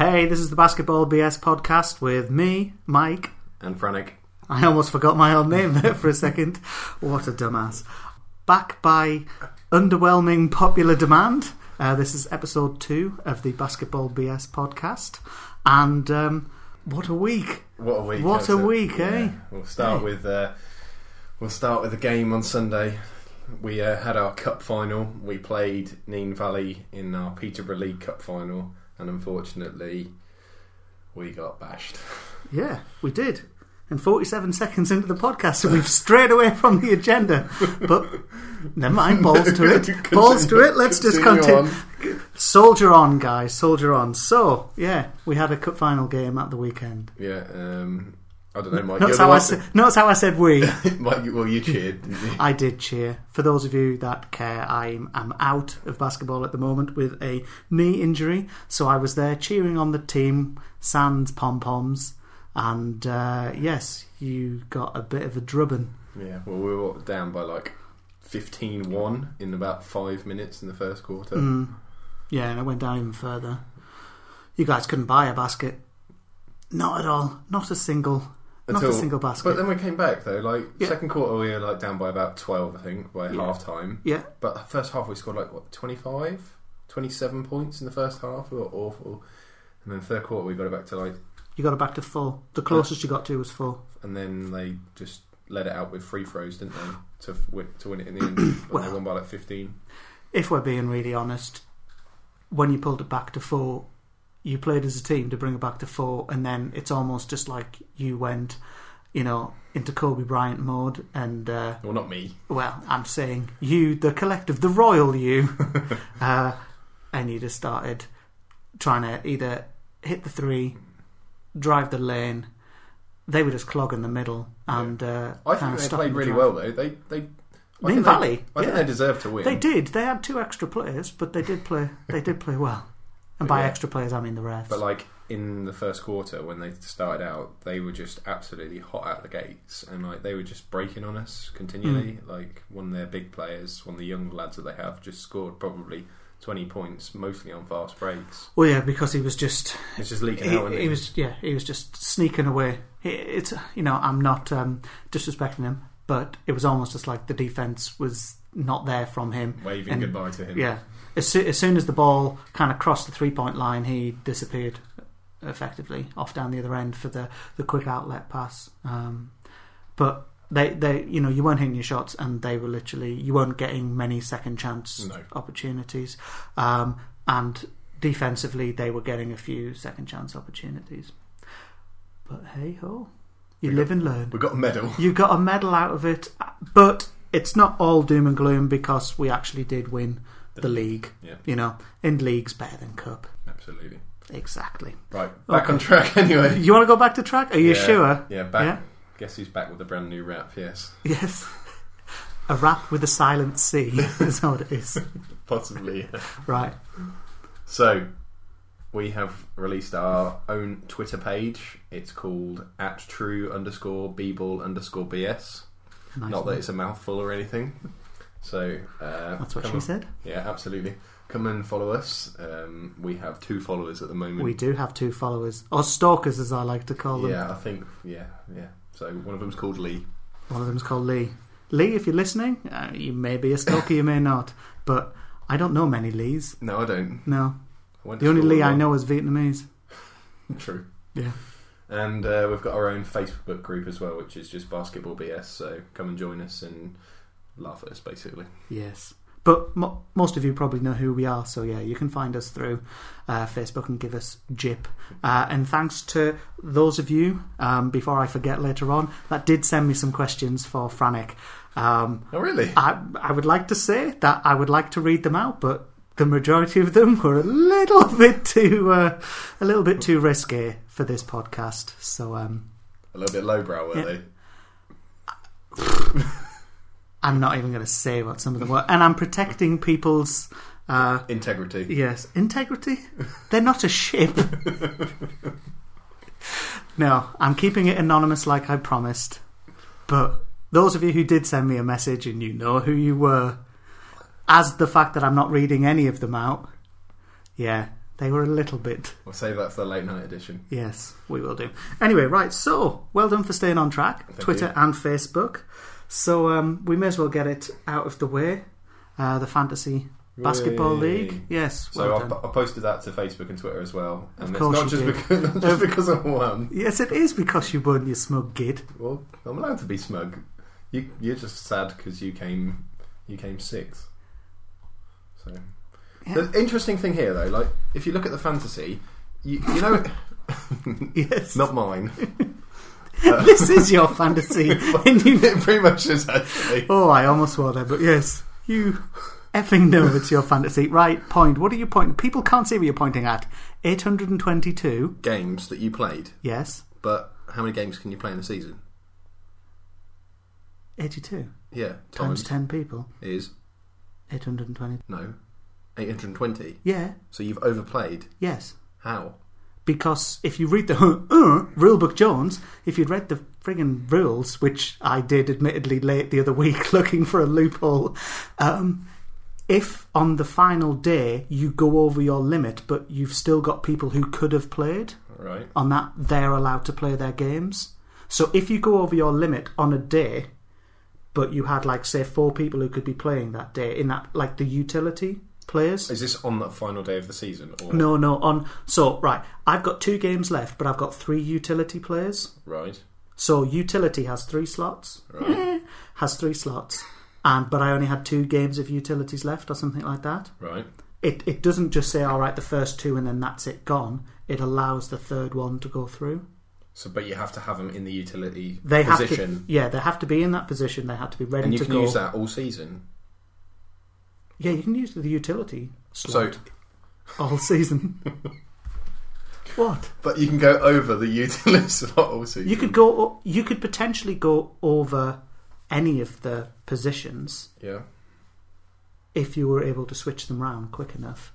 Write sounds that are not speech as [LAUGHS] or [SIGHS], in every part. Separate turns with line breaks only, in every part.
is the Basketball BS podcast with me, Mike.
and Frantic.
I almost forgot my own name [LAUGHS] there for a second. What a dumbass. Back by underwhelming popular demand. Uh, this is episode two of the Basketball BS podcast. And um, what a week!
What a week!
What
hasn't
a
it?
week, eh?
We'll start with uh, we'll start with the game on Sunday. We uh, had our cup final. We played Neen Valley in our Peterborough League Cup final, and unfortunately, we got bashed. [LAUGHS]
Yeah, we did. And 47 seconds into the podcast, and we've strayed away from the agenda. But never mind, balls to
[LAUGHS]
it. Balls to it, let's just
Continue
continue. Soldier on, guys, soldier on. So, yeah, we had a cup final game at the weekend.
Yeah, um, I don't know, Mike.
Notice
you're the
how, I
one-
said, notice how I said
[LAUGHS]
we.
Mike, you-
[LAUGHS]
well, you cheered. Didn't you?
I did cheer. For those of you that care, I'm, I'm out of basketball at the moment with a knee injury. So I was there cheering on the team, sans pom poms. And uh, yes, you got a bit of a drubbing.
Yeah, well, we were down by like 15-1 in about five minutes in the first quarter.
Mm. Yeah, and it went down even further. You guys couldn't buy a basket. Not at all. Not a single. not a single basket.
But then we came back though. Like
Yeah.
second quarter, we were like down by about twelve, I think, by
Yeah.
half time.
yeah,
But first half, we scored like what 25, 27 points in the first half. We were awful. And then third quarter, we got it back to like,
you got it back to four. The closest you got to was four.
and then they just let it out with free throws, didn't they? To f- win, to win it in the
[COUGHS]
end, And they
Well.
won by like fifteen.
If we're being really honest, when you pulled it back to four, you played as a team to bring it back to four, and then it's almost just like you went, you know, into Kobe Bryant mode. And uh,
Well, not me.
well, I'm saying you, the collective, the royal you, [LAUGHS] uh, and you just started trying to either hit the three, drive the lane. They were just clogging the middle, and uh,
I
kinda
think they
stopping
played
the
really
drive.
well though. They they. I
Mean
think
Valley,
They, I think
yeah.
they deserve to win.
They did. They had two extra players, but they did play. They did play well, and by
Yeah.
extra players I mean the refs.
But like in the first quarter when they started out, they were just absolutely hot out the gates, and like they were just breaking on us continually.
Hmm.
Like one of their big players, one of the young lads that they have, just scored probably twenty points, mostly on fast breaks.
well, yeah, because he was just
It's just leaking
he,
out. and
he was yeah he was just sneaking away He- it's you know i'm not um, disrespecting him but it was almost just like the defense was not there from him
waving
and-
goodbye to him.
yeah as, soo- as soon as the ball kind of crossed the three point line he disappeared effectively off down the other end for the the quick outlet pass um, but they, they, you know, you weren't hitting your shots, and they were literally you weren't getting many second chance
No.
opportunities. Um, and defensively, they were getting a few second chance opportunities. But hey ho, you
We
live and learn.
we got a medal.
You got a medal out of it, but it's not all doom and gloom because we actually did win the league.
Yeah,
You know, in leagues better than cup.
absolutely.
Exactly.
Right, back on track [LAUGHS] anyway.
You want to go back to track? Are you
Yeah,
sure?
Yeah, back.
Yeah?
Guess who's back with a brand new rap? Yes,
Yes. A rap with a silent C [LAUGHS] is what it is.
possibly.
Right.
So, we have released our own Twitter page. It's called at true underscore bball underscore bs.
Nice
Not
one.
that it's a mouthful or anything. So uh,
That's what
come
she
on-
said.
Yeah, absolutely. Come and follow us. Um, we have two followers at the moment.
We do have two followers, or stalkers as I like to call them.
yeah, I think. Yeah, yeah. So one of them's called Lee.
One of them's called Lee. Lee, if you're listening, uh, you may be a stalker, you may not, but I don't know many Lees.
No, I don't.
No,
I went to
the only
school
Lee I
with
know is Vietnamese.
one. True.
Yeah.
And uh, we've got our own Facebook group as well, which is just basketball BS. So come and join us and laugh at us, basically.
Yes. But mo- most of you probably know who we are, so yeah, you can find us through uh, Facebook and give us jip. Uh, and thanks to those of you, um, before I forget later on, that did send me some questions for Franek. Um,
Oh, really?
I, I would like to say that I would like to read them out, but the majority of them were a little [LAUGHS] bit too uh, a little bit too risky for this podcast. So um,
A little bit lowbrow, were
Yeah.
they?
I'm not even going to say what some of them were, and I'm protecting people's uh,
Integrity.
yes integrity. They're not a
[LAUGHS]
ship. no, I'm keeping it anonymous, like I promised. But those of you who did send me a message and you know who you were, as the fact that I'm not reading any of them out, yeah, They were a little bit.
We'll save that for the late night edition.
Yes, we will do. Anyway, right. So, well done for staying on track,
Thank
Twitter
you.
and Facebook. So um, we may as well get it out of the way. Uh, the fantasy basketball
Yay.
league. Yes,
So
well
I've,
done.
I posted that to Facebook and Twitter as well.
Of
And
course
it's not
you
just,
did.
because, [LAUGHS] not just because I won.
Yes, it is because you won, you smug gid.
Well, I'm allowed to be smug. You, you're just sad because you came, you came sixth. So
Yeah.
the interesting thing here, though, like if you look at the fantasy, you, you know, [LAUGHS]
Yes,
not mine.
[LAUGHS] this is your
[LAUGHS]
fantasy, and you
it pretty much is actually.
Oh, I almost swore there, but yes, you effing know it's your fantasy. Right, point. What are you pointing? People can't see what you're pointing at. 822,
games that you played,
yes.
but how many games can you play in a season?
82
Yeah,
times 10 people.
is
820.
no, eight hundred twenty.
Yeah,
So you've overplayed.
yes.
How?
Because if you read the uh, rulebook Jones, if you'd read the friggin' rules, which I did admittedly late the other week [LAUGHS] looking for a loophole, um, if on the final day you go over your limit but you've still got people who could have played,
Right.
on that they're allowed to play their games. So if you go over your limit on a day, but you had like say four people who could be playing that day in that like the utility players.
Is this on the final day of the season? Or...
No, no, on so right, I've got two games left, but I've got three utility players.
Right.
So utility has three slots.
Right.
[LAUGHS] Has three slots. And but I only had two games of utilities left or something like that.
Right.
It it doesn't just say all right the first two and then that's it gone. It allows the third one to go through.
So, but you have to have them in the utility
they
position,
have to yeah they have to be in that position they have to be ready
and you
to
can
go
use that all season.
yeah you can use the utility slot
So,
all
[LAUGHS]
season what
but you can go over the utility [LAUGHS] slot all season.
you could go o- you could potentially go over any of the positions
Yeah.
if you were able to switch them round quick enough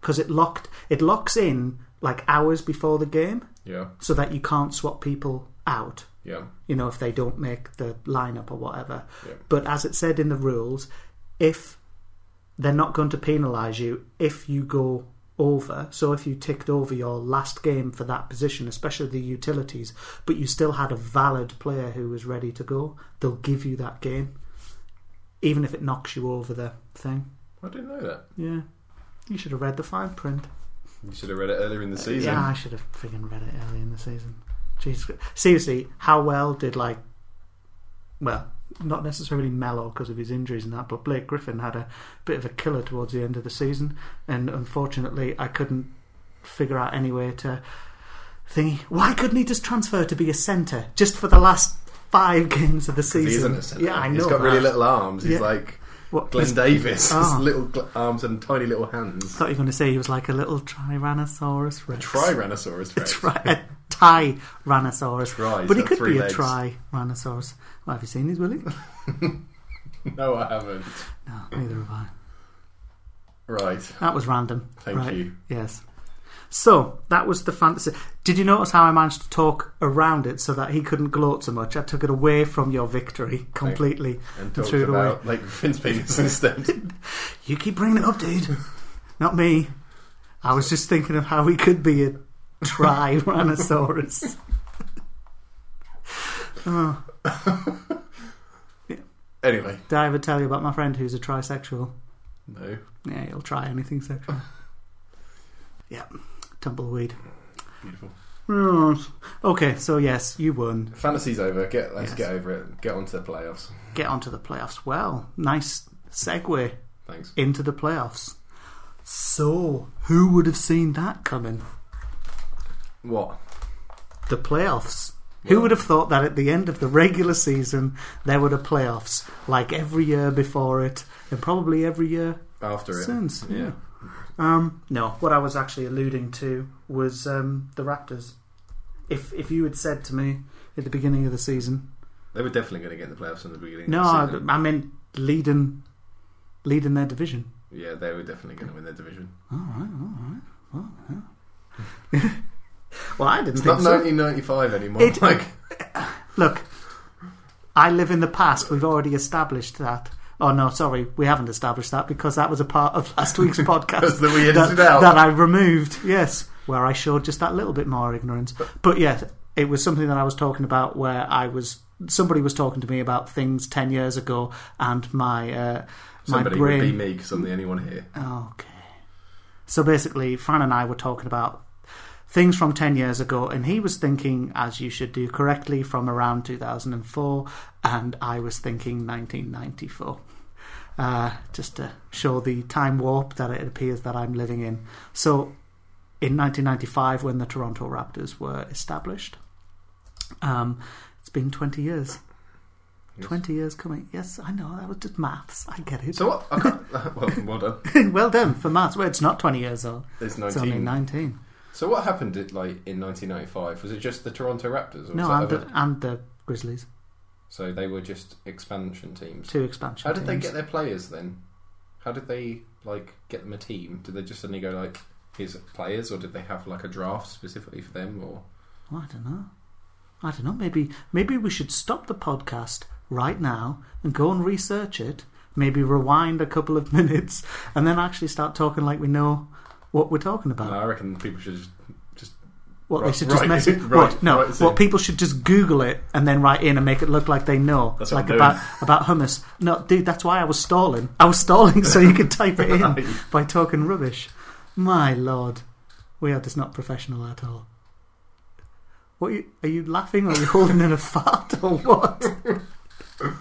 because it locked it locks in like hours before the game
Yeah.
so that you can't swap people out
Yeah.
you know, if they don't make the lineup or whatever.
Yeah.
But as it said in the rules, if they're not going to penalise you if you go over, so if you ticked over your last game for that position, especially the utilities, but you still had a valid player who was ready to go, they'll give you that game, even if it knocks you over the thing.
I didn't know that.
Yeah. You should have read the fine print.
You should have read it earlier in the season.
Yeah, Ah, I should have friggin' read it early in the season. Jesus, seriously, how well did like, well, not necessarily Mello because of his injuries and that, but Blake Griffin had a bit of a killer towards the end of the season, and unfortunately, I couldn't figure out any way to think why couldn't he just transfer to be a centre just for the last five [LAUGHS] games of the season?
He isn't a centre.
Yeah, I know.
He's got
that.
really little arms. He's
Yeah.
like
What-
Glenn
[LAUGHS]
Davis.
Ah.
His little gl- arms and tiny little
I
hands.
thought you were going to say he was like a little Tyrannosaurus Rex. [LAUGHS]
Tyrannosaurus Rex.
tri- a Tyrannosaurus.
Tries,
but he
uh,
could
three
be
legs.
a Tyrannosaurus. Well, have you seen these, Willie? [LAUGHS]
No, I haven't.
No, neither have I.
Right.
That was random.
Thank
right.
you.
Yes. So that was the fantasy. Did you notice how I managed to talk around it so that he couldn't gloat so much? I took it away from your victory completely
And
and
talked
threw it away.
about Blake Griffin's
[LAUGHS]
penis instead.
You keep bringing it up, dude. [LAUGHS] Not me. I was just thinking of how he could be a Tyrannosaurus. [LAUGHS] oh.
anyway.
Did I ever tell you about my friend who's a trisexual?
No.
Yeah, he'll try anything sexual. yeah, tumbleweed.
Beautiful.
Right. Okay, so yes, you won.
Fantasy's over. Get let's
Yes.
get over it. Get on to the playoffs.
Get onto the playoffs. Well, nice segue
Thanks.
into the playoffs. So, who would have seen that coming?
What?
The playoffs. Who would have thought that at the end of the regular season there were the playoffs, like every year before it, and probably every year
After it.
since?
Yeah.
Um, no, what I was actually alluding to was um, the Raptors. If if you had said to me at the beginning of the season,
They were definitely going to get in the playoffs in the beginning.
no,
of
I,
the season.
I meant leading leading their division.
yeah, they were definitely going to win their division.
All right, all right. Well, yeah. [LAUGHS] well I didn't
It's
think
not
so.
1995 anymore.
It- [LAUGHS]
like
Look, I live in the past. We've already established that. Oh no, sorry, we haven't established that because that was a part of last
[LAUGHS]
week's podcast
That's the we edited
that,
out.
that I removed. Yes, where I showed just that little bit more ignorance. But yes, it was something that I was talking about where I was somebody was talking to me about things ten years ago, and my uh, my
Somebody
brain.
would be me because I'm the only one here.
Okay. So basically, Fran and I were talking about things from 10 years ago, and he was thinking, as you should do correctly, from around 2004, and I was thinking 1994. Uh, just to show the time warp that it appears that I'm living in. So, in 1995, when the Toronto Raptors were established, um, it's been 20 years.
Yes.
20 years coming. Yes, I know, that was just maths. I get it.
So what? I can't, [LAUGHS] well, well
[LAUGHS]
done.
well done for maths. Well, it's not 20 years old.
It's
It's only
19.
19.
So what happened at, like in 1995? Was it just the Toronto Raptors? Or was
No,
that
and
other-
the, and the Grizzlies.
So they were just expansion teams.
Two expansion
How did they
teams.
get their players then? How did they like get them a team? Did they just suddenly go like here's players, or did they have like a draft specifically for them? Or
Oh, I don't know. I don't know. Maybe maybe we should stop the podcast right now and go and research it. Maybe rewind a couple of [LAUGHS] minutes and then actually start talking like we know what we're talking about.
I reckon people should
[LAUGHS]
just
What
Right,
they should just
right, [LAUGHS]
message.
right,
what no?
right, so-
what people should just Google it and then write in and make it look like they know,
That's what
like
I'm
about about hummus. No, dude, that's why I was stalling. I was stalling so you could type
[LAUGHS]
it in
Right.
by talking rubbish. My lord, we are just not professional at all. What are you, are you laughing or are you holding in a fart or
[LAUGHS]
what?
Uh,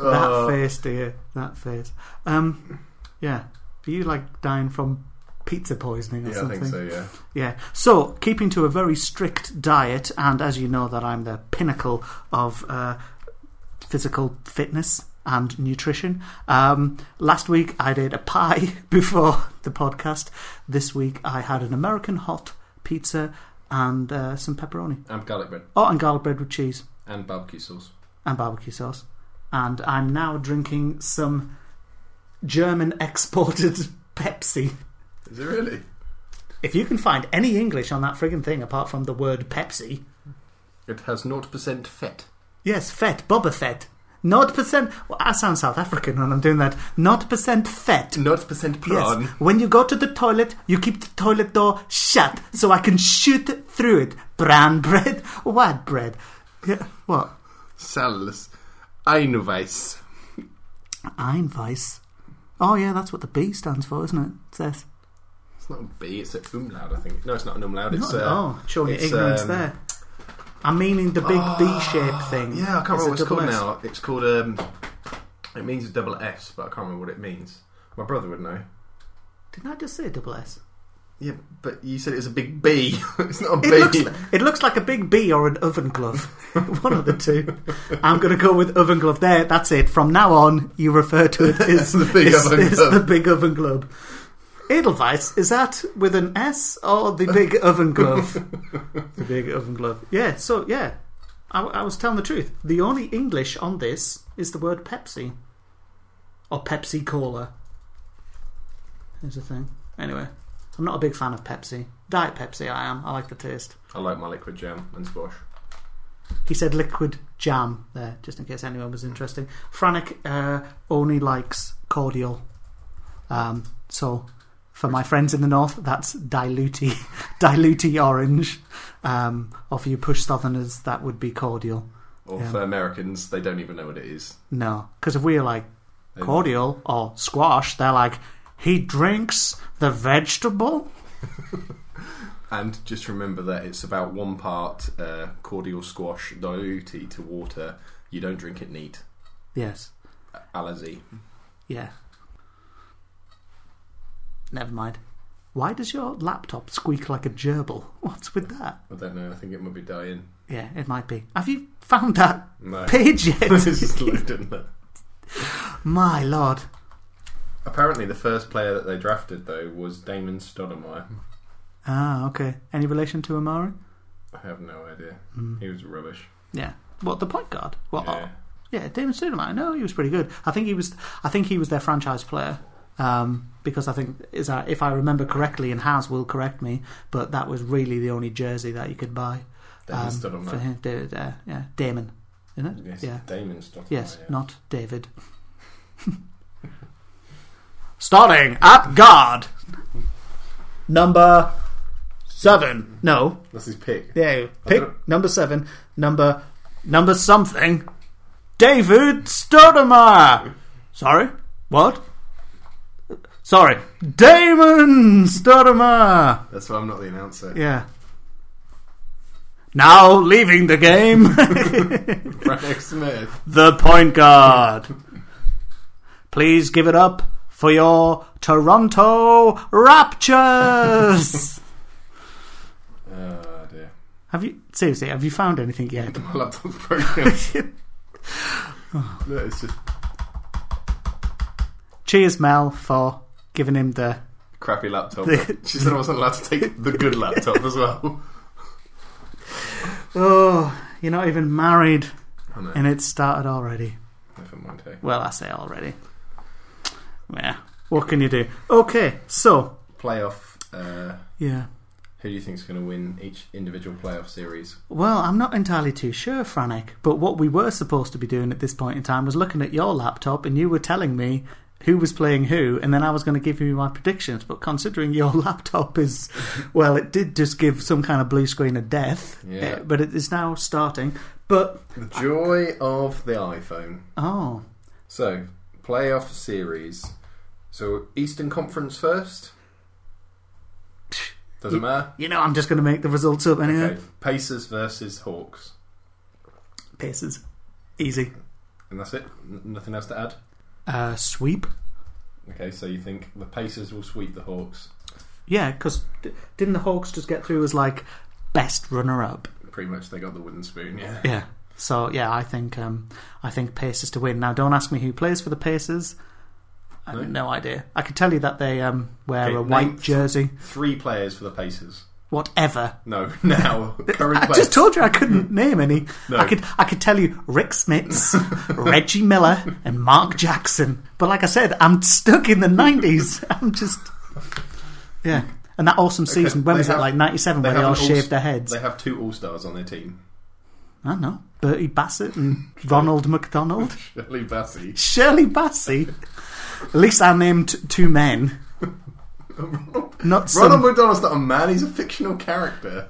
that face, dear, that face. Um, yeah, are you like dying from pizza poisoning or
yeah, I
something?
think so. Yeah,
Yeah. So, keeping to a very strict diet, and as you know, that I'm the pinnacle of uh, physical fitness and nutrition. Um, last week I did a pie [LAUGHS] before the podcast. This week I had an American hot pizza and uh, some pepperoni.
and garlic bread
Oh, and garlic bread with cheese
and barbecue sauce.
and barbecue sauce. And I'm now drinking some German [LAUGHS] exported Pepsi.
Is it really?
If you can find any English on that friggin' thing apart from the word Pepsi,
It has 0% fat.
Yes, fat, Boba Fett. Not percent. Well, I sound South African when I'm doing that. Not percent fat.
0% prawn.
Yes. When you go to the toilet, you keep the toilet door shut so I can shoot through it. Brown [LAUGHS] bread, white bread. Yeah. What?
Sals. Einweiß.
Einweiss. Oh yeah, that's what the B stands for, isn't it? It says.
It's not a B, it's an umlaut, I think. No, it's not an umlaut, it's
Not-
uh,
oh, showing your
it's,
ignorance
um, Ah,
there. I'm meaning the big B shape thing.
Yeah, I can't
a
remember what it's
double
called
S.
now. It's called um it means double S, but I can't remember what it means. My brother would know.
Didn't I just say double
[LAUGHS]
S?
Yeah, but you said it was a big B. [LAUGHS] it's not a B.
It looks, li- it looks like a big B or an oven glove. [LAUGHS] One of the two. I'm going to go with oven glove there. That's it. From now on, you refer
[LAUGHS]
to it as
The big
as-
oven
as
glove.
the big oven glove. Edelweiss, is that with an S or the big
[LAUGHS]
oven glove? the big oven glove. Yeah, so yeah. I, I was telling the truth. The only English on this is the word Pepsi. Or Pepsi Cola. Is the thing. Anyway, I'm not a big fan of Pepsi. Diet Pepsi, I am. I like the taste.
I like my liquid jam and squash.
He said liquid jam there, just in case anyone was interested. Franek uh, only likes cordial. Um, so, for my friends in the north, that's [LAUGHS] diluty, diluty orange. Um, or for you push southerners, that would be cordial.
Or
Yeah.
for Americans, they don't even know what it is.
No, because if we're like
They-
cordial or squash, they're like he drinks the vegetable.
And just remember that it's about one part uh, cordial squash diluted to water. You don't drink it neat.
Yes.
Alazi.
Yeah. Never mind. Why does your laptop squeak like a gerbil? [LAUGHS] What's with that?
I don't know. I think it might be dying.
Yeah, it might be. Have you found that
[LAUGHS] No.
page yet?
This is loaded, isn't it?
My lord.
Apparently, the first player that they drafted though was Damon Stoudemire.
Ah, okay. Any relation to Amari?
I have no idea.
Mm.
He was rubbish.
Yeah. What the point guard? What?
Yeah.
Yeah, Damon Stoudemire. No, he was pretty good. I think he was. I think he was their franchise player um, because I think is that if I remember correctly, and Has will correct me, but that was really the only jersey that you could buy
Damon
um,
Stoudemire.
for him. David, uh, yeah, Damon, isn't it?
Yes, Oh,
yeah.
Damon Stoudemire.
Yes,
yeah.
not David. [LAUGHS] Starting at guard, number seven. No,
That's his pick.
yeah, pick number seven, number number something. David Stoudemire. Sorry, what? Sorry, Damon Stoudemire.
That's why I'm not the announcer.
Yeah. Now leaving the game.
[LAUGHS]
[LAUGHS]
Frank Smith.
the point guard. Please give it up for your Toronto Raptors.
Oh dear.
have you seriously? Have you found anything yet?
My laptop's
[LAUGHS]
broken. [LAUGHS] Look, it's just
Cheers, Mel, for giving him the.
crappy
[LAUGHS]
laptop.
The-
she said I wasn't allowed to take the good laptop as well. [LAUGHS]
Oh, you're not even married,
I know.
and it started already.
Oh, Never mind. Hey.
Well, I say already. Yeah. What can you do? Okay, so
Playoff. Uh,
yeah.
who do you think's going to win each individual playoff series?
Well, I'm not entirely too sure, Franek, but what we were supposed to be doing at this point in time was looking at your laptop and you were telling me who was playing who, and then I was going to give you my predictions. But considering your [LAUGHS] laptop is, well, it did just give some kind of blue screen of death,
Yeah.
eh, but it is now starting. But,
The joy of the iPhone.
oh,
So, playoff series. So, Eastern Conference first? Doesn't matter.
you know, I'm just going to make the results up anyway.
Okay. Pacers versus Hawks.
Pacers. Easy.
And that's it? N- nothing else to add?
Uh, sweep?
Okay, so you think the Pacers will sweep the Hawks?
Yeah, because didn't the Hawks just get through as like best runner up?
Pretty much they got the wooden spoon,
[LAUGHS]
yeah.
Yeah. So yeah, I think um, I think Pacers to win. Now, don't ask me who plays for the Pacers. I have
No?
no idea. I can tell you that they um, wear
Okay,
a white
name-
jersey.
Three players for the Pacers.
Whatever.
No, [LAUGHS] now. Current
I
players.
just told you I couldn't name any.
Mm-hmm. No.
I could I could tell you Rick
[LAUGHS]
Smits, Reggie Miller, and Mark Jackson. But like I said, I'm stuck in the
[LAUGHS]
nineties. I'm just yeah. And that awesome season. when
they
was that?
have-
Like ninety seven,
they
where they all
haven't all-
shaved their heads.
They have two All Stars on their team. [LAUGHS]
I don't know. Bertie Bassett and Ronald
[LAUGHS]
McDonald. [LAUGHS]
Shirley Bassey.
Shirley Bassey. At least I named two
[LAUGHS]
men. Not some,
Ronald McDonald's not a man, he's a fictional character.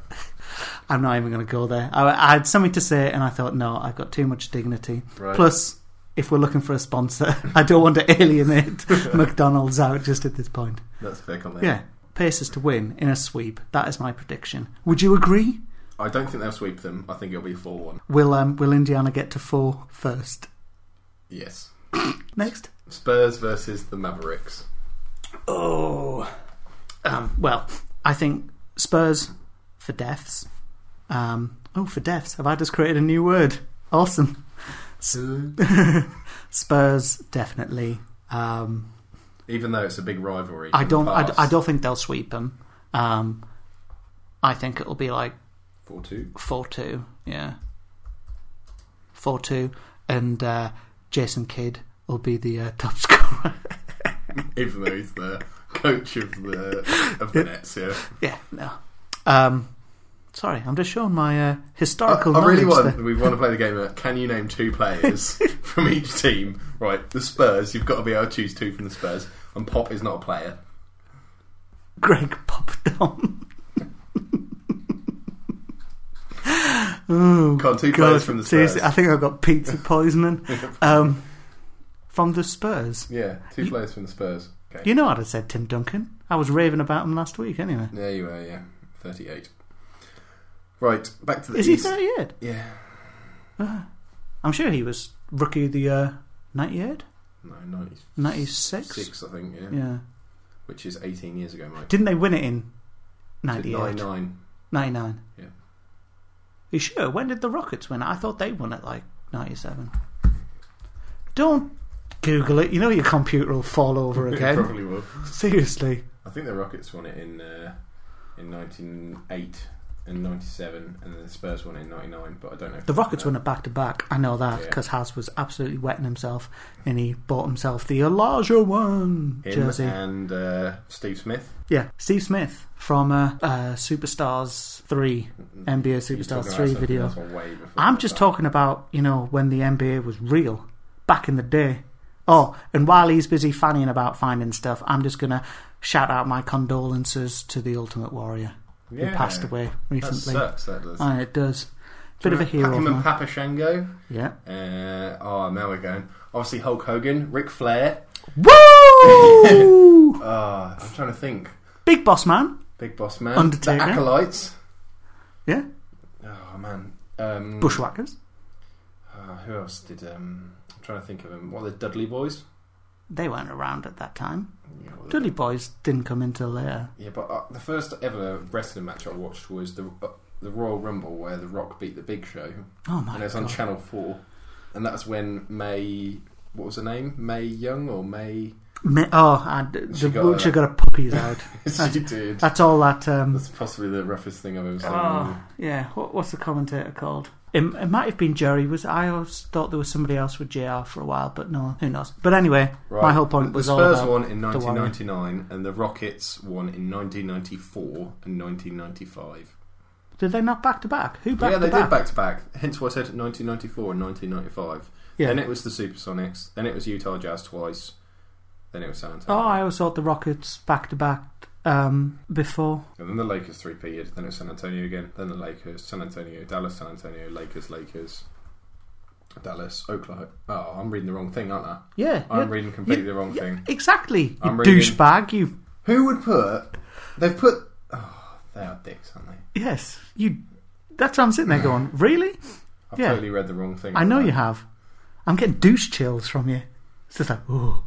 I'm not even going to go there. I, I had something to say, and I thought, no, I've got too much dignity.
Right.
Plus, if we're looking for a sponsor, [LAUGHS] I don't want to alienate McDonald's out just at this point.
That's a fair comment.
Yeah, Pacers to win in a sweep. That is my prediction. Would you agree?
I don't think they'll sweep them. I think it'll be 4 1.
Will um, Will Indiana get to four first?
Yes.
Next.
Spurs versus the Mavericks.
Oh. Um, well, I think Spurs for deaths. Um, oh, for deaths. Have I just created a new word? Awesome. [LAUGHS] Spurs definitely. Um,
Even though it's a big rivalry.
I
in the
don't. I,
past.
I don't think they'll sweep them. Um, I think it'll be like
4 2.
four two. Yeah, four two, and uh, Jason Kidd will be the uh, [LAUGHS] top scorer.
Even though he's the coach of the, of the Nets, yeah.
Yeah, no. Um, sorry, I'm just showing my uh,
I,
historical
I really
knowledge
want.
there.
We want to play the game. Of, can you name two
[LAUGHS]
players from each team? Right, the Spurs. You've got to be able to choose two from the Spurs. And Pop is not a player.
Greg [LAUGHS] Popdom.
Come on, two
Oh, God,
players from the Spurs.
seriously, I think I've got pizza
[LAUGHS]
poisoning. um, from the Spurs.
Yeah, two
You-
players from the Spurs. Okay.
You know I'd have said Tim Duncan. I was raving about him last week anyway.
There you are. Yeah, thirty-eight. Right, back to the
Is he
East.
38?
Yeah.
I'm sure he was rookie of the year 98?
No, ninety-six,
96?
I think. Yeah.
Yeah.
which is eighteen years ago, Mike.
Didn't they win it in
To
98?
Nine-nine.
99?
Yeah.
You sure? When did the Rockets win it? I thought they won it like 97. Don't Google it. You know your computer will fall over
[LAUGHS]
again.
Probably will.
Seriously.
I think the Rockets won it in uh, in nineteen eight and ninety-seven, and then the Spurs won it in ninety-nine. But I don't know.
The Rockets won it back to back. I know that
Yeah.
because Has was absolutely wetting himself and he bought himself the Elijah one
Him
jersey.
and uh, Steve Smith.
Yeah, Steve Smith from uh, uh, Superstars 3, NBA
Mm-hmm. He's
Superstars
talking about
3
something
video.
else way before
I'm
that.
just talking about, you know, when the NBA was real back in the day. Oh, and while he's busy fanning about finding stuff, I'm just going to shout out my condolences to the Ultimate Warrior
Yeah.
who passed away
That
recently.
sucks. That does.
Aye, it does. Bit of a hero. of
Him and
mine.
Papa Shango. [LAUGHS]
Yeah.
Uh, oh, now we're going. Obviously, Hulk Hogan, Ric Flair.
Woo!
Uh, I'm trying to think.
[LAUGHS] Big Boss Man.
Big Boss Man.
Undertaker.
The Acolytes.
Yeah.
Oh, man. Um,
Bushwhackers.
uh, who else did. Um, I'm trying to think of them. What, the Dudley Boys?
They weren't around at that time.
Yeah, well,
Dudley Boys didn't come until later.
Yeah, but uh, the first ever wrestling match I watched was the uh, the Royal Rumble where The Rock beat The Big Show,
Oh my
and it was
god.
on Channel Four, and that's when May what was her name? May Young or [LAUGHS] May?
Me- oh, I d
She
the
got
butcher
a-
got a
[LAUGHS]
puppy's out.
she did.
That's all that. Um,
That's possibly the roughest thing I've ever seen.
oh, yeah. What, what's the commentator called? It, it might have been Jerry. Was I always thought there was somebody else with JR for a while, but no, who knows? But anyway,
Right.
my whole point was
the
all
Spurs
about
won in
the Warrior.
1999, and the Rockets won in 1994 and 1995.
did they not back to back? Who back
yeah,
to
they
back?
did back to back. Hence why I said 1994 and 1995.
Yeah.
Then it was the Supersonics. Then it was Utah Jazz twice. Then it was San Antonio.
Oh, I always thought the Rockets back to back um, before.
And then the Lakers three peated, then it was San Antonio again, then the Lakers, San Antonio, Dallas, San Antonio, Lakers, Lakers, Dallas, Oklahoma. Oh, I'm reading the wrong thing, aren't I?
Yeah,
I'm
yeah,
reading completely the wrong thing.
exactly. You
I'm reading-
douchebag. You
Who would put. They've put. Oh, they are dicks, aren't they?
yes. You. That's what I'm sitting there going. Really?
I've
Yeah.
totally read the wrong thing. Uh,
I know you
haven't
have. I'm getting douche chills from you. It's just like, ooh.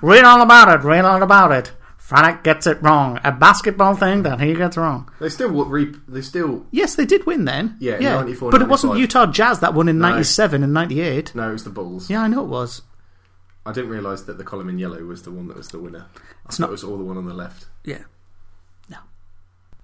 Read all about it, read all about it. Franek gets it wrong. A basketball thing that he gets wrong.
I? They still. wa- Re- they still.
Yes, they did win then.
Yeah, 94,
But it wasn't
95.
Utah Jazz that won in
No.
97 and 98.
No, it was the Bulls.
Yeah, I know it was.
I didn't realise that the column in yellow was the one that was the winner. I
It's
thought
not-
it was all the one on the left.
Yeah. No.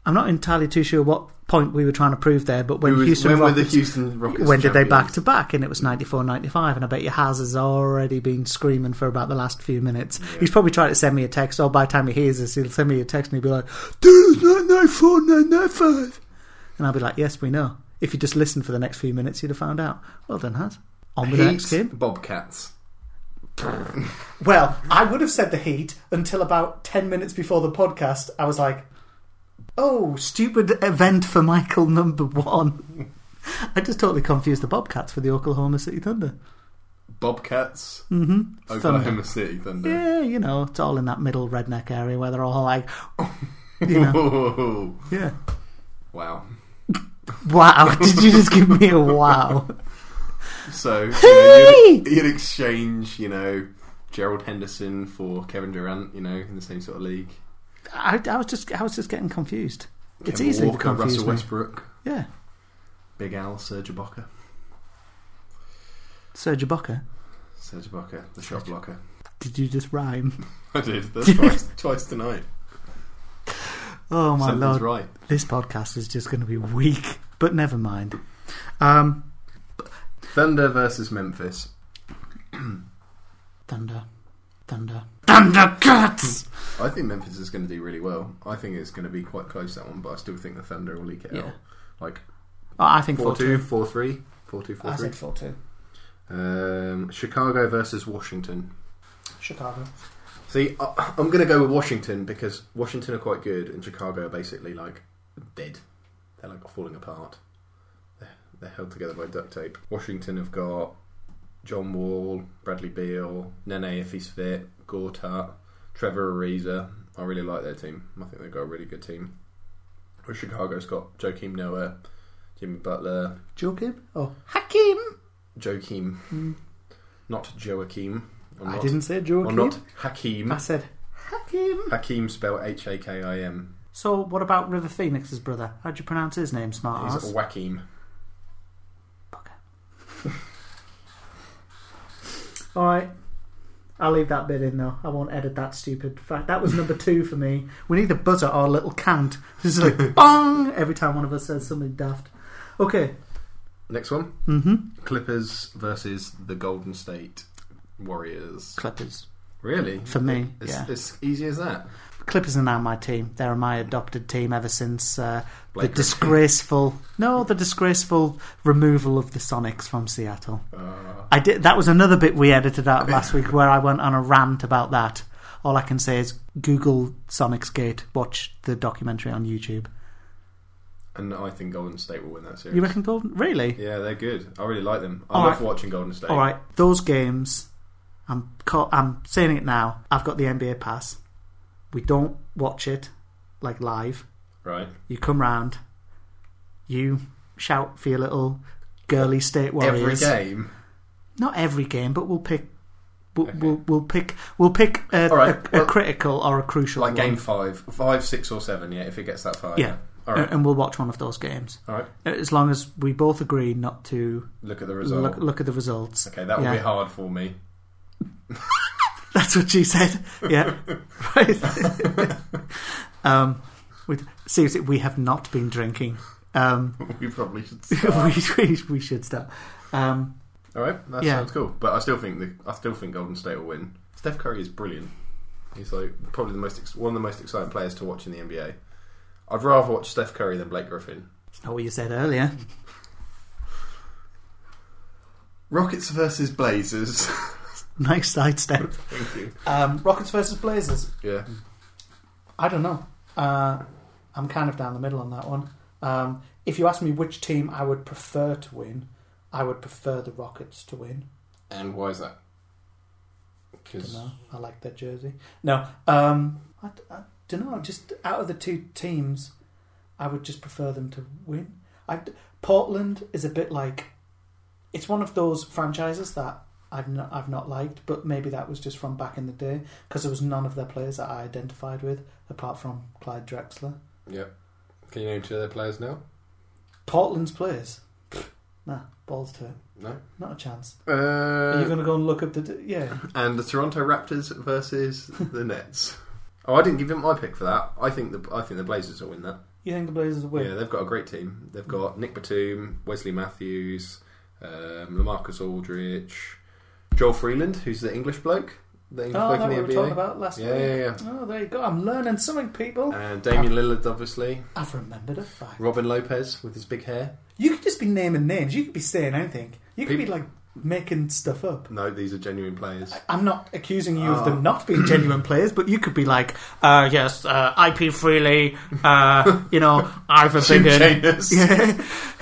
I'm not entirely too sure what point we were trying to prove there, but when
Who was-
Houston
when were the
Rockets-
Houston Rockets?
when did they back
champions?
to back? And it was 94 95. And I bet your Haz has already been screaming for about the last few minutes. He's probably trying to send me a text, or by the time he hears this, he'll send me a text and he'll be like, Dude, it's 994, 995. And I'll be like, Yes, we know. If you just listened for the next few minutes, you'd have found out. Well done, Haz. On with the next
Heat,
game.
Bobcats.
Well, I would have said the Heat until about 10 minutes before the podcast. I was like, Oh, stupid event for Michael number one. [LAUGHS] I just totally confused the Bobcats with the Oklahoma City Thunder.
Bobcats.
hmm
Oklahoma
Thunder.
City Thunder. [LAUGHS]
Yeah, you know, it's all in that middle redneck area where they're all like, you know,
Whoa.
yeah.
Wow.
Wow, [LAUGHS] did you just give me a wow?
So you know, you'd, you'd exchange, you know, Gerald Henderson for Kevin Durant, you know, in the same sort of league.
I, I was just, I was just getting confused. It's
Kemba
easily to
Walker,
confuse
Russell
me.
Westbrook,
Yeah,
Big Al, Serge Ibaka,
Serge Ibaka.
Serge Ibaka, the shot blocker. [LAUGHS]
Did you just rhyme?
I did.
[LAUGHS]
That's twice, twice tonight.
Oh my
Something's
lord,
right.
this podcast is just going to be weak. But never mind. Um,
Thunder versus Memphis.
thunder, thunder, thunder cuts.
I think Memphis is going to do really well. I think it's going to be quite close that one, but I still think the Thunder will leak it
Yeah.
out. Like
Oh, I think four two.
4-2, 4-3, 4-2,
I
4-3.
said four two.
Um, Chicago versus Washington.
Chicago.
See, I, I'm going to go with Washington because Washington are quite good, and Chicago are basically like dead. They're like falling apart. They're, they're held together by duct tape. Washington have got John Wall, Bradley Beal, Nene if he's fit, Gortat, Trevor Ariza. I really like their team. I think they've got a really good team. Whereas Chicago's got Joakim Noah, Jimmy Butler,
Joakim? Oh, Hakim.
Joakim, not Joakim. Or
Hmm. I
not-
didn't say
Or
Joakim.
not Hakim.
I said Hakim.
Hakim spelled H A K I M.
So, what about River Phoenix's brother? How do you pronounce his name, smart
He's
ass?
Wakim.
All right. I'll leave that bit in though. I won't edit that stupid fact. That was number two for me. We need a buzzer or a little count. This is like bong every time one of us says something daft. Okay.
Next one
Mm-hmm.
Clippers versus the Golden State Warriors.
Clippers.
Really?
For me,
It's,
yeah.
it's easy as that.
Clippers are now my team. They're my adopted team ever since uh, the
Blake Griffin.
disgraceful no, the disgraceful removal of the Sonics from Seattle.
Uh,
I did. That was another bit we edited out of last week where I went on a rant about that. All I can say is Google Sonic's Gate. Watch the documentary on YouTube.
And I think Golden State will win that series.
You reckon Golden? Really?
Yeah, they're good. I really like them. I
All
love
right.
watching Golden State.
All right, those games. I'm ca- I'm saying it now. I've got the NBA pass. We don't watch it like live.
Right.
You come round. You shout for your little girly state
Every
warriors.
game.
Not every game, but we'll pick. We'll,
Okay.
we'll, we'll pick. We'll pick a,
All right,
a, a
well-
critical or a crucial
Like
one.
game five. Five, six, or seven, yeah, if it gets that far.
Yeah. Uh,
All right.
A- and we'll watch one of those games
All right.
as long as we both agree not to
Look at the result.
look, look at the results.
okay, that will
yeah.
be hard for me.
[LAUGHS] That's what she
[LAUGHS]
said. Yeah, right. [LAUGHS] um, we seriously, we have not been drinking. Um, [LAUGHS]
[LAUGHS] we probably should
we, [LAUGHS]
start.
we, we should stop. Um,
All right, that
Yeah.
sounds cool. But I still think the, I still think Golden State will win. Steph Curry is brilliant. He's like probably the most ex- one of the most exciting players to watch in the NBA. I'd rather watch Steph Curry than Blake Griffin.
it's not what you said earlier. [LAUGHS]
Rockets versus Blazers.
nice sidestep.
[LAUGHS] Thank you.
Um, Rockets versus Blazers.
Yeah.
I don't know. Uh, I'm kind of down the middle on that one. Um, if you ask me which team I would prefer to win, I would prefer the Rockets to win.
And why is that?
don't
Because
know. I like that jersey. No, um, I, don't know. Just out of the two teams, I would just prefer them to win. I, Portland is a bit like it's one of those franchises that I've not, I've not liked, but maybe that was just from back in the day because there was none of their players that I identified with apart from Clyde Drexler.
can you name two of their players now?
Portland's players, nah, balls to it.
No.
Not a chance. Are you
Uh,
going to go and look up the? d- Yeah,
and the Toronto Raptors versus the Nets. Oh, I didn't give him my pick for that. I think the I think the Blazers will win that.
you think the Blazers will win? Oh,
Yeah, they've got a great team. They've got Nick Batum, Wesley Matthews, um, Lamarcus Aldridge, Joel Freeland, who's the English bloke, the English
Oh,
bloke
that
in
we
the
were
NBA.
talking about last
yeah,
week.
yeah, yeah.
Oh, there you go. I'm learning something, people.
And Damian Lillard, obviously.
I've remembered a fact.
Robin Lopez with his big hair.
You could just be naming names. You could be saying anything. You could be
People-
like making stuff up.
No, these are genuine players.
I'm not accusing you of
Oh.
them not being
[CLEARS THROAT]
genuine players, but you could be like, uh, yes, uh, IP freely, uh, [LAUGHS] you know, I've a
[LAUGHS] Jim
big head. [LAUGHS]
Janus.
Yeah.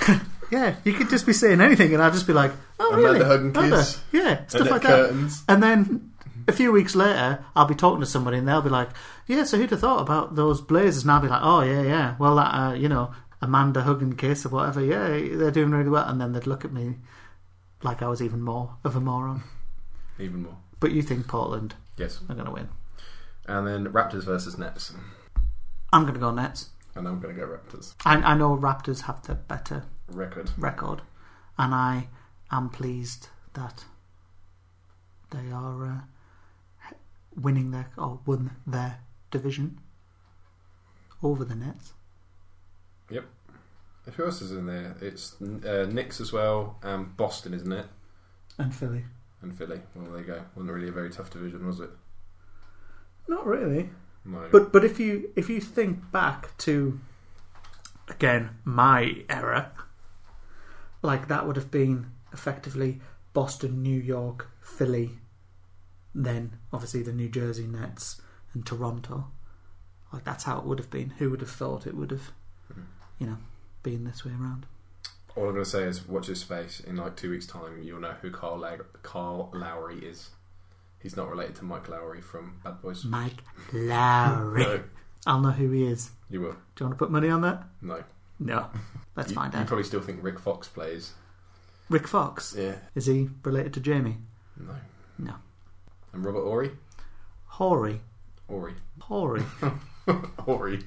[LAUGHS] yeah, you could just be saying anything, and I'd just be like, oh,
Amanda
really?
Huggen
Amanda.
Kiss.
Yeah, stuff
Annette
like that.
Curtains.
And then a few weeks later, I'll be talking to somebody, and they'll be like, "Yeah, so who'd have thought about those Blazers?" And I'll be like, "Oh yeah, yeah. Well, that uh, you know, Amanda Hug and Kiss or whatever. Yeah, they're doing really well." And then they'd look at me like I was even more of a moron.
Even more.
But you think Portland
Yes.
are going to win?
And then Raptors versus Nets.
I'm going to go Nets.
And I'm going to go Raptors.
I, I know Raptors have the better
Record.
record, and I am pleased that they are uh, winning their or won their division over the Nets.
Who else is in there? It's uh, Knicks as well, and Boston, isn't it?
And Philly.
And Philly. Well, there you go. Wasn't really a very tough division, was it?
Not really.
No.
But but if you if you think back to again my era, like that would have been effectively Boston, New York, Philly, then obviously the New Jersey Nets and Toronto. Like that's how it would have been. Who would have thought it would have,
Mhm.
you know, been this way around?
All I'm going to say is watch this space. In like two weeks' time, you'll know who Carl, Lau- Carl Lowry is. He's not related to Mike Lowry from Bad Boys.
Mike Lowry.
[LAUGHS] No,
I'll know who he is.
you will.
Do you want to put money on that?
No.
No. Let's
you,
find
You
out.
probably still think Rick Fox plays.
Rick Fox.
Yeah.
Is he related to Jamie?
No.
No.
And Robert Ory?
Horry.
Ory. [LAUGHS]
Horry.
Ory.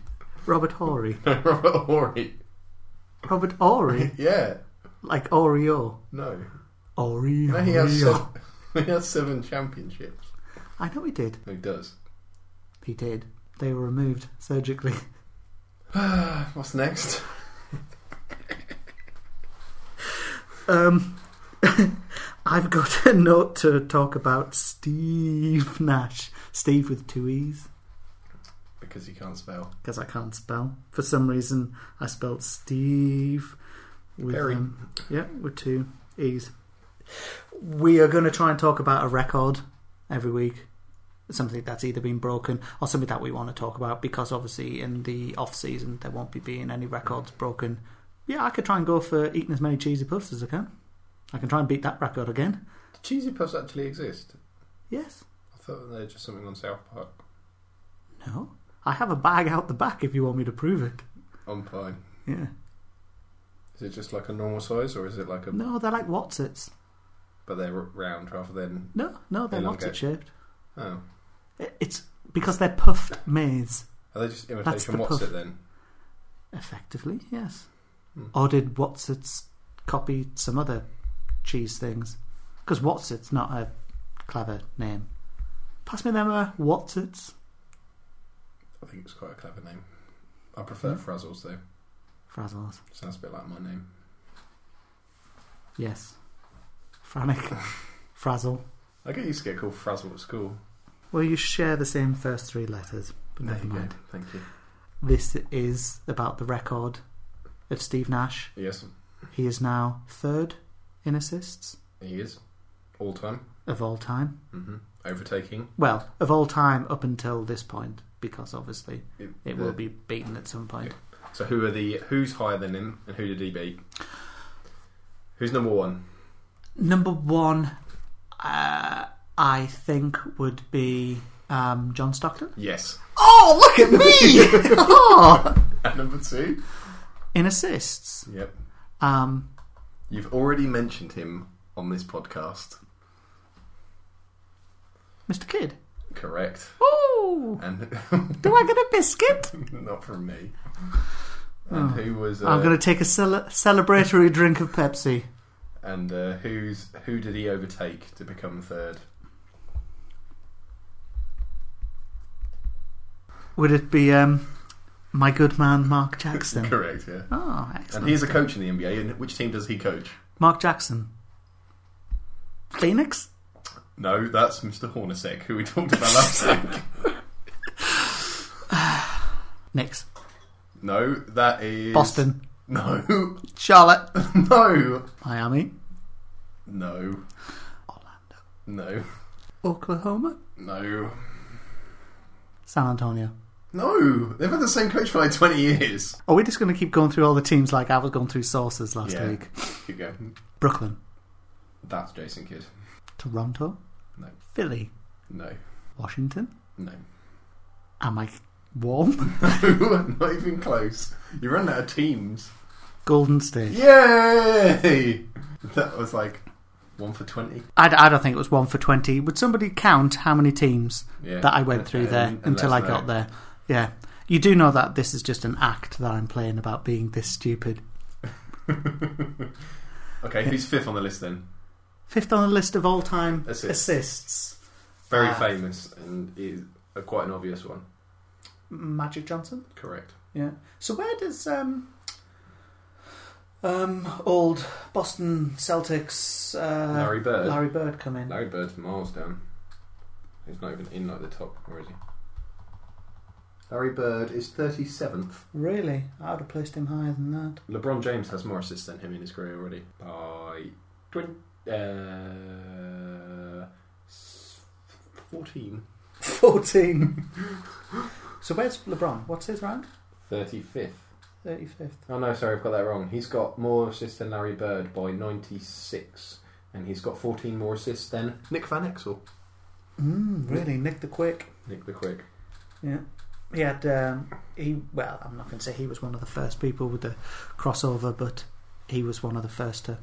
Robert Horry.
No, Robert Ory.
Robert
[LAUGHS]
Horry.
Yeah.
Like Oreo.
No.
Oreo.
No, he has, seven, [LAUGHS] he has seven championships.
[LAUGHS] I know he did.
No, he does. [SIGHS]
He did. They were removed surgically. [LAUGHS]
What's next? [LAUGHS]
Um, [LAUGHS] I've got a note to talk about Steve Nash. Steve with two E's.
Because he can't spell.
Because I can't spell. For some reason, I spelled Steve with,
Perry.
um, yeah, with two E's. we are going to try and talk about a record every week, something that's either been broken or something that we want to talk about. Because obviously, in the off season, there won't be being any records broken. Yeah, I could try and go for eating as many cheesy puffs as I can. I can try and beat that record again.
Do cheesy puffs actually exist?
Yes.
I thought they were just something on South Park.
No. I have a bag out the back if you want me to prove it.
I'm fine.
Yeah.
Is it just like a normal size, or is it like a?
No, they're like Watsits.
But they're round rather than
No, no, they're
Elongate.
Watsit shaped.
oh.
I- It's because they're puffed maize,
Are they just
That's the
imitation what's
puff.
it then?
effectively, yes.
Hmm.
Or did Watsits copy some other cheese things? Because Watsits not a clever name. Pass me them uh, Watsits.
I think it's quite a clever name. I prefer
Hmm.
Frazzles though.
Frazzles.
Sounds a bit like my name.
Yes.
[LAUGHS]
Franic. Frazzle.
I get used to get called Frazzle at school.
Well, you share the same first three letters, but never mind.
Thank you.
This is about the record of Steve Nash.
Yes,
He is now third in assists
he is all time.
of all time.
hmm Overtaking.
Well, of all time up until this point, because obviously it
the-
will be beaten at some point.
So who are the who's higher than him and who did he beat? Who's number one?
Number one, uh, I think, would be um, John Stockton.
Yes.
Oh, look at [LAUGHS] me! oh.
And number two.
[LAUGHS] In assists.
Yep.
Um,
You've already mentioned him on this podcast.
Mr. Kidd.
Correct.
Oh,
And [LAUGHS]
do I get a biscuit?
not from me. And who was? Uh,
Oh. I'm going to take a cele- celebratory drink of Pepsi.
And uh, who's who did he overtake to become third?
Would it be um, my good man Mark Jackson? [LAUGHS]
Correct. Yeah.
Oh,
And
excellent.
he's a coach in the NBA. And which team does he coach?
Mark Jackson. Phoenix?
No, that's Mr. Hornacek, who we talked
[LAUGHS]
about last week.
Knicks.
No, that is
Boston.
[LAUGHS] No,
Charlotte.
no,
Miami.
no,
Orlando.
no,
Oklahoma.
no,
San Antonio.
no. They've had the same coach for like twenty years.
Are we just going to keep going through all the teams like I was going through sources last
Yeah.
week?
Keep going.
Brooklyn.
That's Jason Kidd.
Toronto.
No.
Philly.
No,
Washington.
no, [LAUGHS]
Am I warm?
not even close. You're running out of teams.
Golden State.
Yay! [LAUGHS] That was like one for twenty.
I, I don't think it was one for 20. Would somebody count how many teams
Yeah. Uh,
that I went through
And-
there
and
until I
let's
got
know.
there? Yeah. You do know that this is just an act that I'm playing about being this stupid.
okay, who's fifth on the list then?
Fifth on the list of all time
Assists.
assists.
Very
Ah.
famous and is a, quite an obvious one.
Magic Johnson.
Correct.
Yeah. So where does um um old Boston Celtics uh,
Larry Bird.
Larry Bird come in?
Larry Bird's miles down. He's not even in like the top, or is he? Larry Bird is thirty seventh.
Really, I would have placed him higher than that. [LAUGHS]
LeBron James has more assists than him in his career already by twenty uh, s- fourteen.
Fourteen. so where's LeBron? What's his rank?
35th.
Thirty fifth.
Oh no, sorry, I've got that wrong. He's got more assists than Larry Bird by 96, and he's got 14 more assists than Nick Van Exel.
Mm, really, Nick the Quick.
Nick the Quick.
Yeah. He had um, he well, I'm not going to say he was one of the first people with the crossover, but he was one of the first to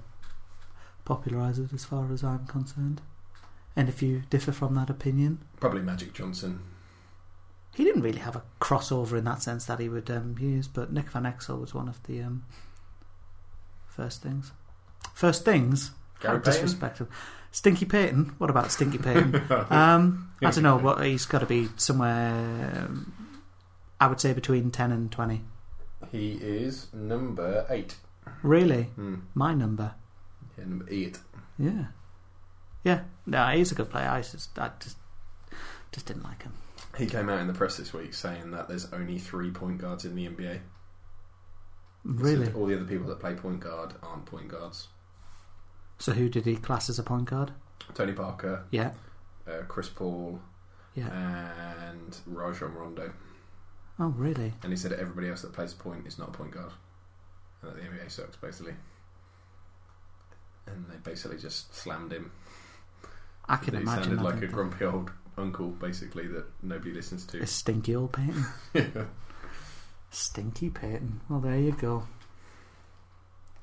popularise it, as far as I'm concerned. And if you differ from that opinion,
Probably Magic Johnson.
he didn't really have a crossover in that sense that he would um, use. But Nick Van Exel was one of the um, first things. First things.
Gary
How disrespectful. Stinky Payton. What about Stinky Payton?
Payton.
Um, I
[LAUGHS] Yeah.
don't know.
[LAUGHS]
What he's got to be somewhere. um, I would say between ten and twenty.
he is number 8.
Really,
Hmm.
my number.
Yeah, number 8.
Yeah, yeah. No, he's a good player. I just, I just, just didn't like him.
He came out in the press this week saying that there's only three point guards in the NBA.
Really,
So all the other people that play point guard aren't point guards.
So who did he class as a point guard?
Tony Parker,
Yeah,
uh, Chris Paul,
yeah.
and Rajon Rondo.
Oh, really?
And he said everybody else that plays point is not a point guard. And that the NBA sucks, basically. And they basically just slammed him.
I can
he
imagine
sounded
that.
like a
didn't it?
grumpy old uncle, basically, that nobody listens
A
[LAUGHS] to.
stinky old Peyton. Stinky Peyton. Well, there you go.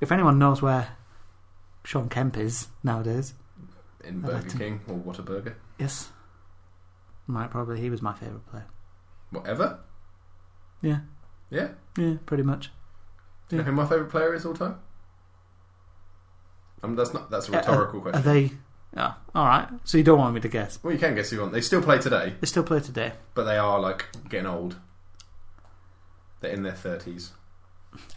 If anyone knows where Sean Kemp is nowadays,
In
I like
Burger
to-
King or Whataburger.
yes, might probably he was my favourite player.
Whatever.
Yeah,
Yeah.
yeah, pretty much.
Do you know
Yeah.
who my favourite player is all time? Um, that's not. That's a
Uh,
rhetorical
Are
question.
they? Yeah. All right. So you don't want me to guess?
well, you can guess who you want. They still play today,
They still play today. [LAUGHS]
but they are like getting old. They're in their thirties.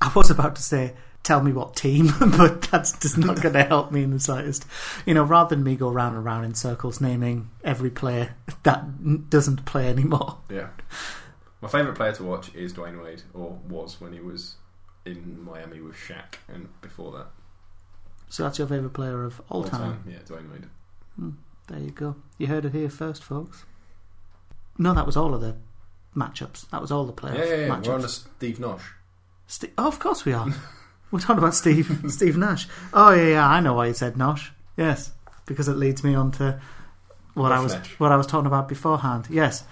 I was about to say, tell me what team, [LAUGHS] but that's just
[LAUGHS]
not going to help me in the slightest. You know, rather than me go round and round in circles naming every player that n- doesn't play anymore.
Yeah. My favourite player to watch is Dwayne Wade, or was when he was in Miami with Shaq, and before that,
So that's your favourite player of all, time.
Yeah, Dwayne Wade.
There you go. You heard it here first, folks. No, that was all of the matchups. That was all the
Yeah,
playoff
yeah, yeah.
matchups.
We're on a Steve Nosh.
Ste- oh, of course we are. [LAUGHS] We're talking about
[LAUGHS]
Steve Steve Nash. Oh yeah, yeah, I know why you said Nash. Yes, because it leads me on to what I
Nash
was
Nash.
what I was talking about beforehand. Yes,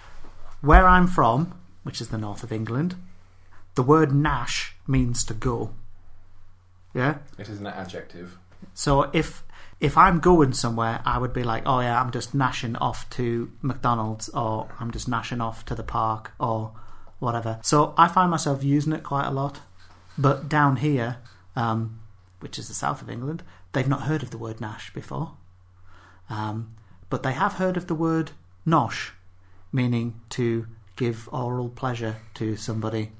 where I'm from, which is the north of England, the word Nash means to go. Yeah.
It is an adjective.
So if if I'm going somewhere, I would be like, oh yeah, I'm just gnashing off to McDonald's, or I'm just gnashing off to the park, or whatever. So I find myself using it quite a lot. But down here, um, which is the south of England, they've not heard of the word nash before, um, but they have heard of the word nosh, meaning to give oral pleasure to somebody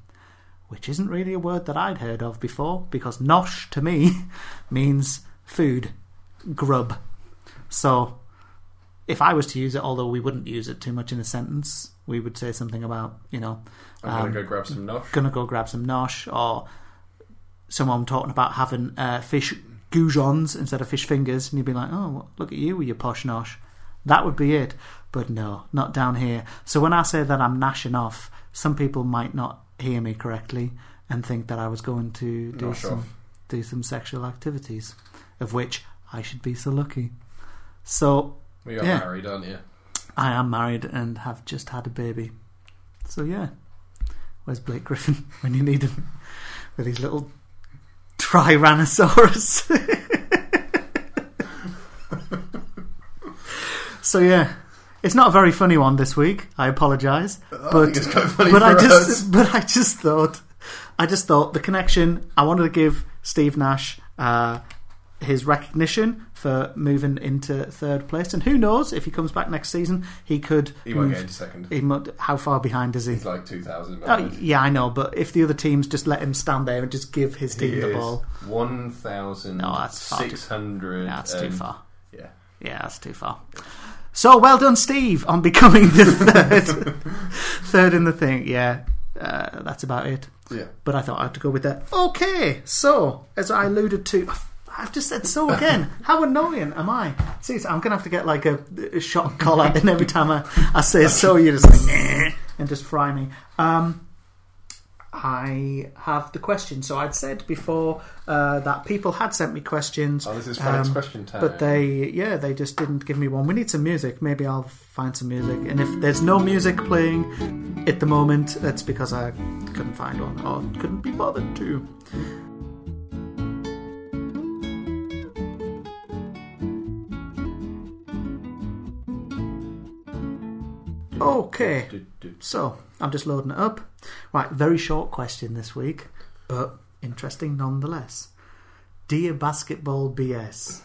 which isn't really a word that I'd heard of before, because nosh to me [LAUGHS] means food, grub. So if I was to use it, although we wouldn't use it too much in a sentence, we would say something about, you know,
I'm
um,
gonna go grab some Nosh.
gonna go grab some nosh, or someone talking about having uh, fish goujons instead of fish fingers, and you'd be like, oh, well, look at you with your posh nosh. That would be it. But no, not down here. So when I say that I'm gnashing off, some people might not hear me correctly and think that I was going to do
Nosh
some
off.
do some sexual activities, of which I should be so lucky. So
We are
yeah.
married, aren't you?
I am married and have just had a baby. So yeah, where's Blake Griffin [LAUGHS] when you need him with his little Tyrannosaurus? [LAUGHS] so yeah, it's not a very funny one this week. I apologise,
I
but
think it's quite funny
but
for
I just
us.
[LAUGHS] but I just thought I just thought the connection. I wanted to give Steve Nash. Uh, his recognition for moving into third place, and who knows if he comes back next season, he could.
He won't
move-
get into second.
he mu- how far behind is he?
He's like 2,000.
Oh, yeah, I know, but if the other teams just let him stand there and just give his team the ball,
1,600.
yeah, that's too
and-
far.
Yeah.
Yeah, that's too far. So well done, Steve, on becoming the [LAUGHS] third, third in the thing. Yeah, uh, that's about it.
Yeah.
But I thought I had to go with that. Okay, so as I alluded to, I've just said so
[LAUGHS]
again. How annoying am I? See, so I'm gonna have to get like a, a shot collar, and every time I, I say so, you just like, "Nah," and just fry me. Um, I have the question. So I'd said before uh, that people had sent me questions.
Oh, this is Frank's
um,
question time.
But they, yeah, they just didn't give me one. We need some music. Maybe I'll find some music. And if there's no music playing at the moment, that's because I couldn't find one or couldn't be bothered to. Okay,
Do, do.
so I'm just loading it up. Right, very short question this week, but interesting nonetheless. Dear Basketball BS,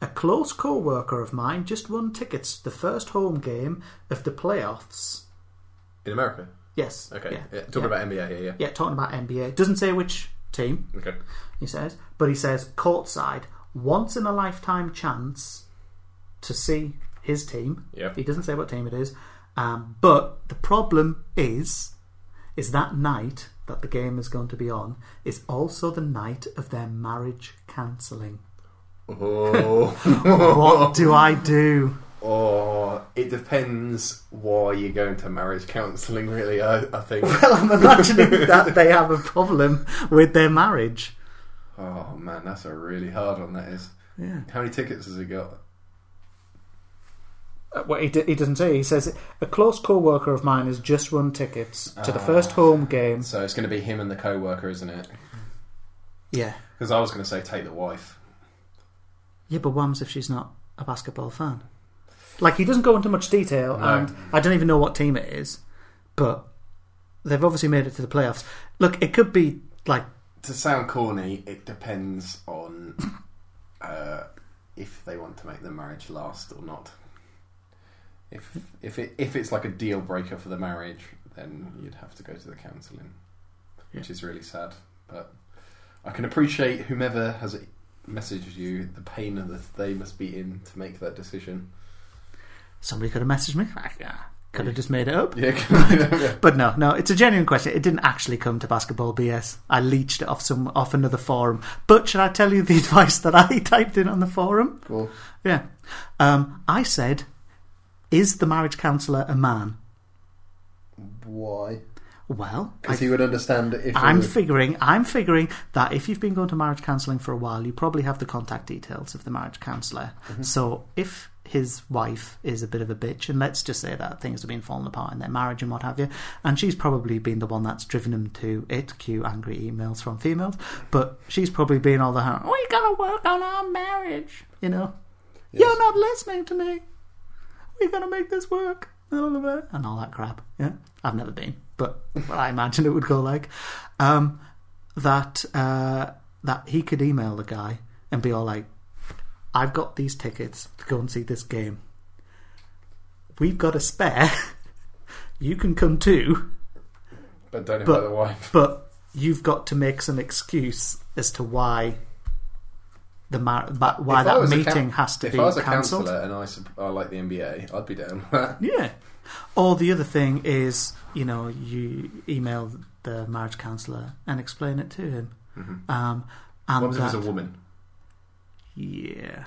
a close co worker of mine just won tickets to the first home game of the playoffs.
In America?
Yes.
Okay.
Yeah.
Yeah, Talking about NBA here, yeah.
Yeah, talking about NBA. Doesn't say which team,
Okay.
he says, but he says courtside, once in a lifetime chance to see his team.
Yep.
He doesn't say what team it is, um, but the problem is, is that night that [LAUGHS] the game is going to be on is also the night of their marriage cancelling.
Oh, [LAUGHS]
What do I do? [LAUGHS]
Or it depends why you're going to marriage counselling, really, I, I think.
Well, I'm [LAUGHS] imagining that they have a problem with their marriage.
oh, man, that's a really hard one, that is.
Yeah.
How many tickets has he got?
Uh, Well, he, d- he doesn't say. He says a close co-worker of mine has just run tickets to the
Ah.
first home game.
So it's going to be him and the co worker, isn't it?
Yeah,
Because I was going to say take the wife.
yeah, but whams if she's not a basketball fan. Like he doesn't go into much detail,
No.
and I don't even know what team it is, but they've obviously made it to the playoffs. Look, it could be like
To sound corny, it depends on uh, if they want to make the marriage last or not. If if it if it's like a deal breaker for the marriage, then you'd have to go to the counselling, which is really sad. But I can appreciate whomever has messaged you the pain that they must be in to make that decision.
somebody could have messaged me. I could have just made it up.
Yeah, [LAUGHS]
But no, no, it's a genuine question. It didn't actually come to basketball BS. I leached it off some off another forum. But should I tell you the [LAUGHS] advice that I typed in on the forum?
cool.
Yeah. Um, I said, is the marriage counsellor a man?
Why?
Well,
Because he would understand if
I'm figuring, I'm figuring that if you've been going to marriage counselling for a while, you probably have the contact details of the marriage counsellor. So if his wife is a bit of a bitch, and let's just say that things have been falling apart in their marriage and what have you, and she's probably been the one that's driven him to it, cue angry emails from females, but she's probably been all the, we gotta work on our marriage, you know? You're not listening to me. We're gonna make this work. Blah, blah, blah, And all that crap. Yeah. I've never been, but what I imagine it would go like. Um, that uh, that he could email the guy and be all like, I've got these tickets to go and see this game. We've got a spare. [LAUGHS] you can come too,
but don't
but-
invite the wife.
but you've got to make some excuse as to why the mar- but why
If I
that
was a
meeting
coun-
has to
if
be
I was a
cancelled.
counsellor and I, sup- I like the NBA, I'd be down. [LAUGHS] with
Yeah. Or the other thing is, you know, you email the marriage counsellor and explain it to him. Um, and
Mm-hmm. what if it was
that-
a woman?
yeah,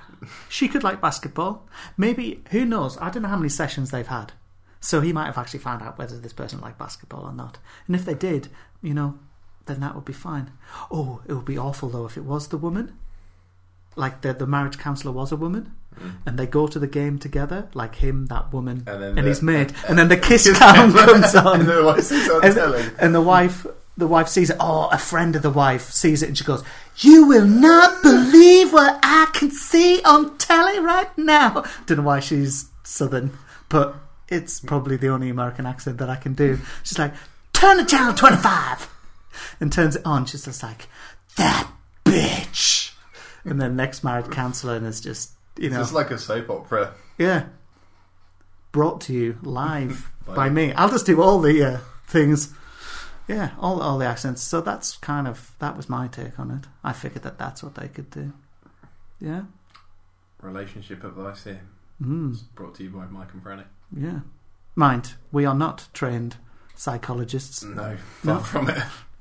she could like basketball. Maybe who knows? I don't know how many sessions they've had, so he might have actually found out whether this person liked basketball or not. And if they did, you know, then that would be fine. Oh, it would be awful though if it was the woman. Like the the marriage counsellor was a woman, and they go to the game together, like him, that woman,
And
Mm. and,
then the-
he's [LAUGHS] made, and then the kiss cam comes on, [LAUGHS]
And otherwise it's
and,
untelling.
and the wife, the wife sees it. Oh, a friend of the wife sees it, and she goes, "You will not believe what I can see on telly right now." Don't know why she's southern, but it's probably the only American accent that I can do. She's like, "Turn to channel twenty-five," and turns it on. She's just like, "That bitch," and then next married counselor and is just you know,
It's like a soap opera.
yeah. Brought to you live
By-
by me. I'll just do all the uh, things. Yeah, all all the accents. So that's kind of that was my take on it. I figured that that's what they could do. Yeah.
Relationship advice here.
Mm,
Brought to you by Mike and Brannick.
yeah. Mind, we are not trained psychologists,
No, far
No.
from it. [LAUGHS]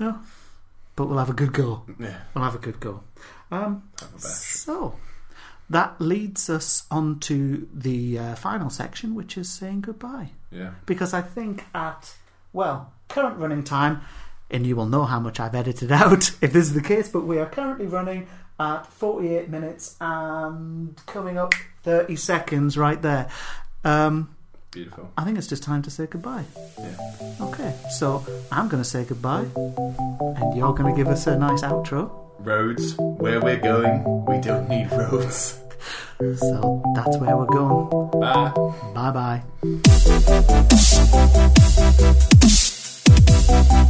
but we'll have a good go.
Yeah,
We'll have a good go. Um,
have a bash.
So that leads us on to the uh, final section, which is saying goodbye.
Yeah.
because I think at well current running time, and you will know how much I've edited [LAUGHS] out if this is the case. But we are currently running at 48 minutes and coming up 30 seconds right there. Um,
Beautiful.
I think it's just time to say goodbye.
Yeah.
Okay, so I'm going to say goodbye, and you're going to give us a nice outro.
Roads. Where we're going, we don't need roads.
So that's where we're going.
Bye.
Bye bye.